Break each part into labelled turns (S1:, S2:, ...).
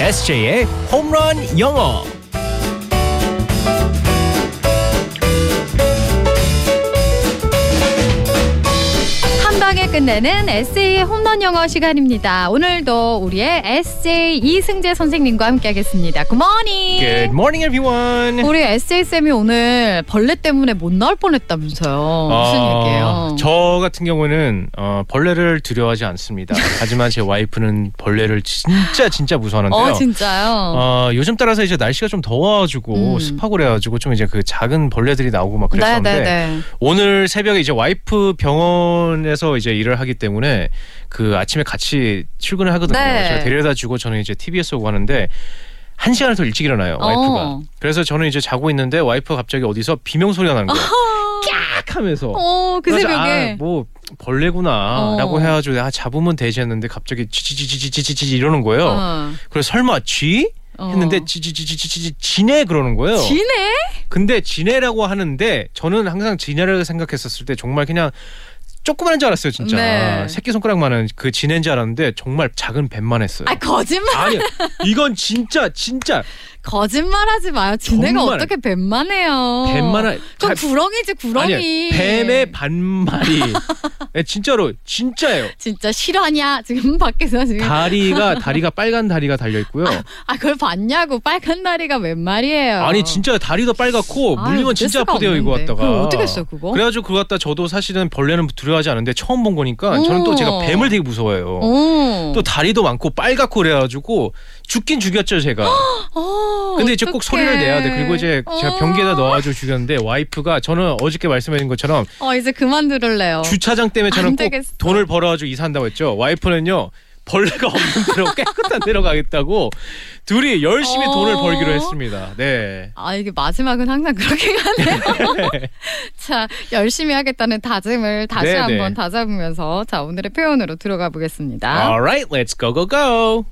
S1: SJ의 홈런 영어.
S2: 한 방에 끝내는 에세이 홈런 영어 시간입니다. 오늘도 우리의 에세이 이승재 선생님과 함께하겠습니다. 굿모닝.
S1: Good morning, everyone.
S2: 우리 에세이 쌤이 오늘 벌레 때문에 못 나올 뻔했다면서요. 무슨
S1: 어,
S2: 얘기예요?
S1: 저 같은 경우는 어, 벌레를 두려워하지 않습니다. 하지만 제 와이프는 벌레를 진짜 진짜 무서워하는데요.
S2: 어 진짜요.
S1: 어, 요즘 따라서 이제 날씨가 좀 더워가지고
S2: 음.
S1: 습하고 그래가지고 좀 이제 그 작은 벌레들이 나오고 막 그랬었는데
S2: 네네네.
S1: 오늘 새벽에 이제 와이프 병원에서 이제 일을 하기 때문에 그 아침에 같이 출근을 하거든요.
S2: 네.
S1: 제가 데려다 주고 저는 이제 TBS 오고 하는데 한 시간을 더 일찍 일어나요 와이프가.
S2: 어.
S1: 그래서 저는 이제 자고 있는데 와이프가 갑자기 어디서 비명 소리가 나는 거예요. 깍 하면서.
S2: 어, 그
S1: 그래서
S2: 새벽에.
S1: 아, 뭐 벌레구나라고
S2: 어.
S1: 해가지고 아 잡으면 되지 했는데 갑자기 지지지지지지지 이러는 거예요.
S2: 어.
S1: 그래서 설마 쥐
S2: 어.
S1: 아, 했는데 지지지지지지 지네 그러는 거예요.
S2: 지네?
S1: 근데 지네라고 하는데 저는 항상 지네를 생각했었을 때 정말 그냥 조그만한 줄 알았어요 진짜
S2: 네.
S1: 새끼 손가락만한 그 지네인 줄 알았는데 정말 작은 뱀만 했어요.
S2: 아 거짓말
S1: 아니 이건 진짜 진짜
S2: 거짓말하지 마요. 지네가
S1: 정말.
S2: 어떻게 뱀만 해요.
S1: 뱀만한
S2: 그럼
S1: 자-
S2: 구렁이지 구렁이.
S1: 아니 뱀의 반마리 네, 진짜로 진짜예요.
S2: 진짜 실화냐 지금 밖에서 지금
S1: 다리가 다리가 빨간 다리가 달려 있고요.
S2: 아 그걸 봤냐고 빨간 다리가 웬 말이에요.
S1: 아니 진짜 다리도 빨갛고
S2: 아유,
S1: 물리면 진짜
S2: 어쩔 수가
S1: 아프대요 이거
S2: 없는데.
S1: 갖다가.
S2: 그걸 어떻게 했어 그거?
S1: 그래가지고 그거 갖다 저도 사실은 벌레는 두려워하지 않은데 처음 본 거니까 저는 또
S2: 오.
S1: 제가 뱀을 되게 무서워해요.
S2: 어. 오.
S1: 또 다리도 많고 빨갛고 그래가지고 죽긴 죽였죠 제가.
S2: 어,
S1: 근데 이제 꼭
S2: 어떡해.
S1: 소리를 내야 돼. 그리고 이제
S2: 어.
S1: 제가 변기에다 넣어가지고 죽였는데 와이프가 저는 어저께 말씀하신 것처럼
S2: 어 이제 그만 들을래요.
S1: 주차장 때문에
S2: 어. 안
S1: 저는 꼭
S2: 되겠어.
S1: 돈을 벌어가지고 이사한다고 했죠. 와이프는요. 벌레가 없는 데로 깨끗한 데로 가겠다고 둘이 열심히
S2: 어.
S1: 돈을 벌기로 했습니다. 네.
S2: 아 이게 마지막은 항상 그렇게 가네요. 자 열심히 하겠다는 다짐을 다시
S1: 네, 네.
S2: 한번 다잡으면서 자 오늘의 표현으로 들어가 보겠습니다.
S1: Alright, let's go go go.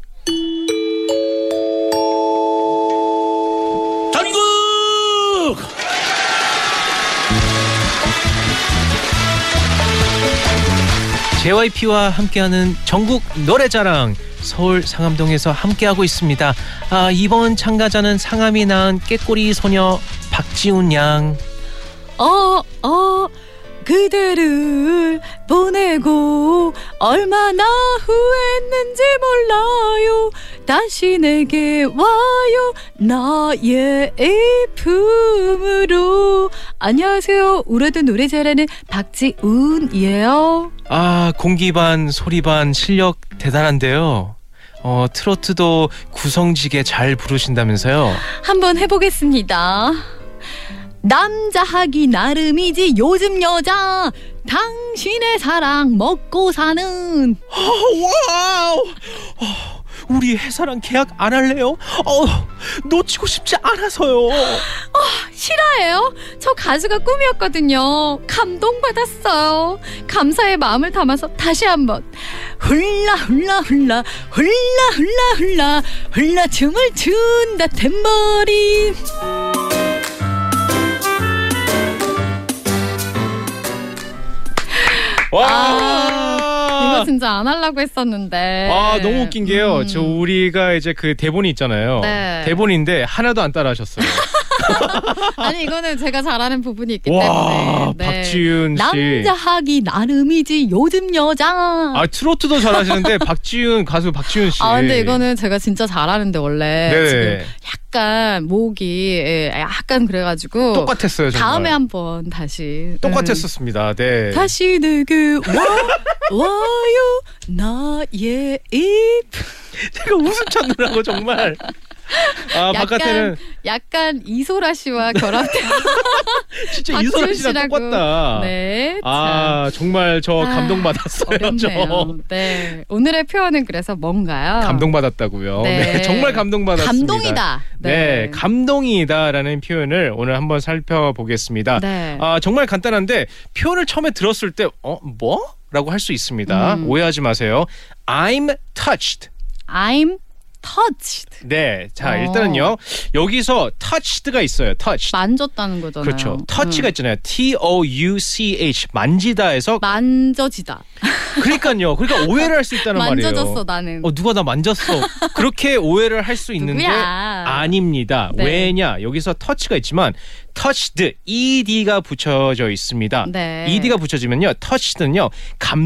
S1: 전국 JYP와 함께하는 전국 노래자랑 서울 상암동에서 함께하고 있습니다. 아, 이번 참가자는 상암이 낳은 깨꼬리 소녀 박지훈 양.
S2: 어어 그대를 보내고 얼마나 후회했는지 몰라요 다시 내게 와요 나의 이 품으로 안녕하세요 우리도 노래 잘하는 박지훈이에요
S1: 아 공기 반 소리 반 실력 대단한데요. 어 트로트도 구성지게 잘 부르신다면서요.
S2: 한번 해보겠습니다 남자 하기 나름이지 요즘 여자 당신의 사랑 먹고 사는
S1: 어, 와우. 어, 우리 회사랑 계약 안 할래요? 어 놓치고 싶지 않아서요.
S2: 실화예요? 저 가수가 꿈이었거든요. 감동받았어요. 감사의 마음을 담아서 다시 한번 훌라 훌라 훌라 훌라 훌라 훌라 훌라 춤을 춘다 탬버린
S1: 와.
S2: 이거 진짜 안 하려고 했었는데
S1: 아 너무 웃긴 게요.
S2: 음.
S1: 저 우리가 이제 그 대본이 있잖아요.
S2: 네.
S1: 대본인데 하나도 안 따라하셨어요.
S2: 아니 이거는 제가 잘하는 부분이 있기
S1: 와
S2: 때문에 네.
S1: 박지윤 씨.
S2: 남자 하기 나름이지 요즘 여자 아,
S1: 아 트로트도 잘하시는데 박지윤 가수 박지윤 씨.
S2: 근데 이거는 제가 진짜 잘하는데 원래 지금
S1: 네.
S2: 약간 목이 예, 약간 그래가지고
S1: 똑같았어요. 정말.
S2: 다음에 한번 다시 음.
S1: 똑같았었습니다. 네.
S2: 다시 누구 와, 와요 나의 입
S1: 제가 웃음 찾느라고 정말. 아
S2: 약간-
S1: 바깥에는
S2: 약간 이소라 씨와 결합된
S1: 진짜 이소라 씨랑
S2: 박지훈 씨라고.
S1: 똑같다.
S2: 네. 참
S1: 아 그렇죠. 정말 저
S2: 아,
S1: 감동 받았어요. 저
S2: 어렵네요. 네. 오늘의 표현은 그래서 뭔가요?
S1: 감동 받았다고요.
S2: 네.
S1: 네. 정말 감동 받았습니다.
S2: 감동이다.
S1: 네, 감동이다라는 표현을 오늘 한번 살펴보겠습니다.
S2: 네.
S1: 아 정말 간단한데 표현을 처음에 들었을 때어 뭐? 라고 할 수 있습니다.
S2: 음.
S1: 오해하지 마세요. I'm touched.
S2: I'm 터치
S1: 네. 자,
S2: 어.
S1: 일단은요. 여기서 touched가 있어요. touched.
S2: 만졌다는 거잖아요.
S1: 그렇죠. 터치가
S2: 음.
S1: 있잖아요. T O U C H 만지다에서
S2: 만져지다.
S1: 그러니까요. 그러니까 오해를 할 수 있다는
S2: 만져졌어
S1: 말이에요.
S2: 나는.
S3: 어 누가 나 만졌어.
S1: 그렇게 오해를 할 수 있는데
S2: 누구야?
S1: 아닙니다.
S2: 네.
S1: 왜냐? 여기서 터치가 있지만 touched ed가 붙여져 있습니다.
S2: 네.
S1: ed가 붙여지면요. touched는요.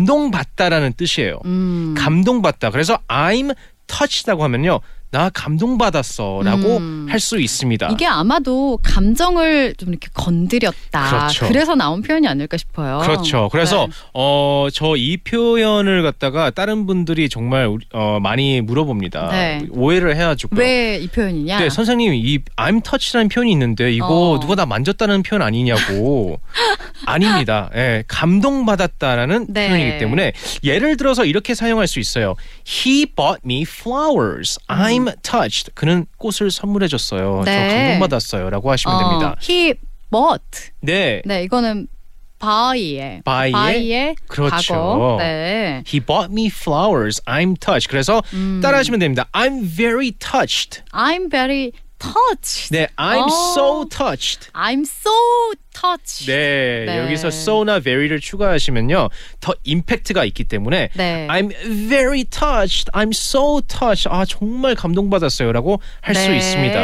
S1: 감동받다라는 뜻이에요.
S2: 음.
S1: 감동받다. 그래서 I'm touched라고 하면요. 나 감동받았어라고
S2: 음.
S1: 할 수 있습니다.
S2: 이게 아마도 감정을 좀 이렇게 건드렸다.
S1: 그렇죠.
S2: 래서 나온 표현이 아닐까 싶어요.
S1: 그렇죠. 그래서
S2: 네.
S1: 어, 저 이 표현을 갖다가 다른 분들이 정말 우리- 어, 많이 물어봅니다.
S2: 네.
S1: 오해를 해가지고.
S2: 왜 이 표현이냐?
S1: 네, 선생님 이 I'm touch라는 표현이 있는데 이거
S2: 어.
S1: 누가 나 만졌다는 표현 아니냐고. 아닙니다. 예, 감동받았다라는
S2: 네.
S1: 표현이기 때문에 예를 들어서 이렇게 사용할 수 있어요. He bought me flowers. I'm touched. 그는 꽃을 선물해 줬어요.
S2: 음. 네.
S1: 저 감동받았어요라고 하시면
S2: 어,
S1: 됩니다.
S2: He bought.
S1: 네.
S2: 네, 이거는 buy의
S1: buy의
S2: buy의
S1: 그렇죠.
S2: 과거. 네.
S1: He bought me flowers. I'm touched. 그래서
S2: 음.
S1: 따라하시면 됩니다. I'm very touched.
S2: I'm very touched.
S1: 네, I'm
S2: 어.
S1: so touched.
S2: I'm so touched.
S1: 네,
S2: 네.
S1: 여기서 so나 very를 추가하시면요 더 임팩트가 있기 때문에
S2: 네.
S1: I'm very touched. I'm so touched. 아 정말 감동받았어요라고 할 수
S2: 네,
S1: 있습니다.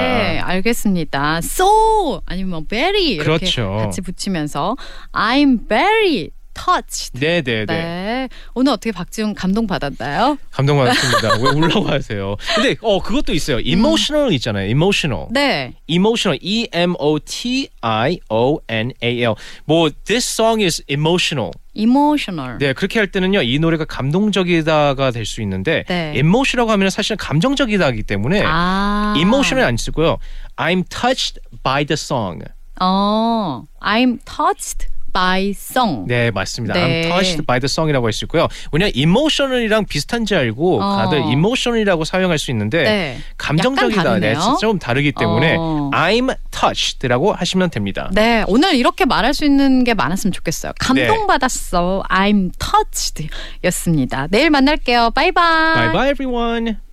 S2: 알겠습니다. So 아니면 very 이렇게
S1: 그렇죠.
S2: 같이 붙이면서 I'm very touched.
S1: 네, 네, 네.
S2: 네. 오늘 어떻게 박지훈 감동 받았나요?
S1: 감동받았습니다. 왜 울라고 하세요? 근데 어 그것도 있어요.
S2: 음.
S1: emotional 있잖아요. emotional.
S2: 네.
S1: emotional E M O T I O N A L 뭐 this song is emotional
S2: emotional.
S1: 네 그렇게 할 때는요 이 노래가 감동적이다가 될 수 있는데
S2: 네.
S1: emotional라고 하면 사실은 감정적이다기 때문에
S2: 아.
S1: emotional 안 쓰고요 I'm touched by the song
S2: 어. I'm touched by song.
S1: 네 맞습니다 I'm
S2: 네.
S1: touched by the song이라고 할 수 있고요 왜냐 emotional이랑 비슷한지 알고
S2: 어.
S1: 다들 emotional이라고 사용할 수 있는데
S2: 네.
S1: 감정적이다
S2: 약간
S1: 네,
S2: 다르네요.
S1: 좀 다르기 때문에
S2: 어.
S1: I'm touched라고 하시면 됩니다
S2: 네, 오늘 이렇게 말할 수 있는 게 많았으면 좋겠어요.
S1: 네.
S2: 감동받았어. I'm touched 였습니다. 내일 만날게요. 바이바이.
S1: Bye bye everyone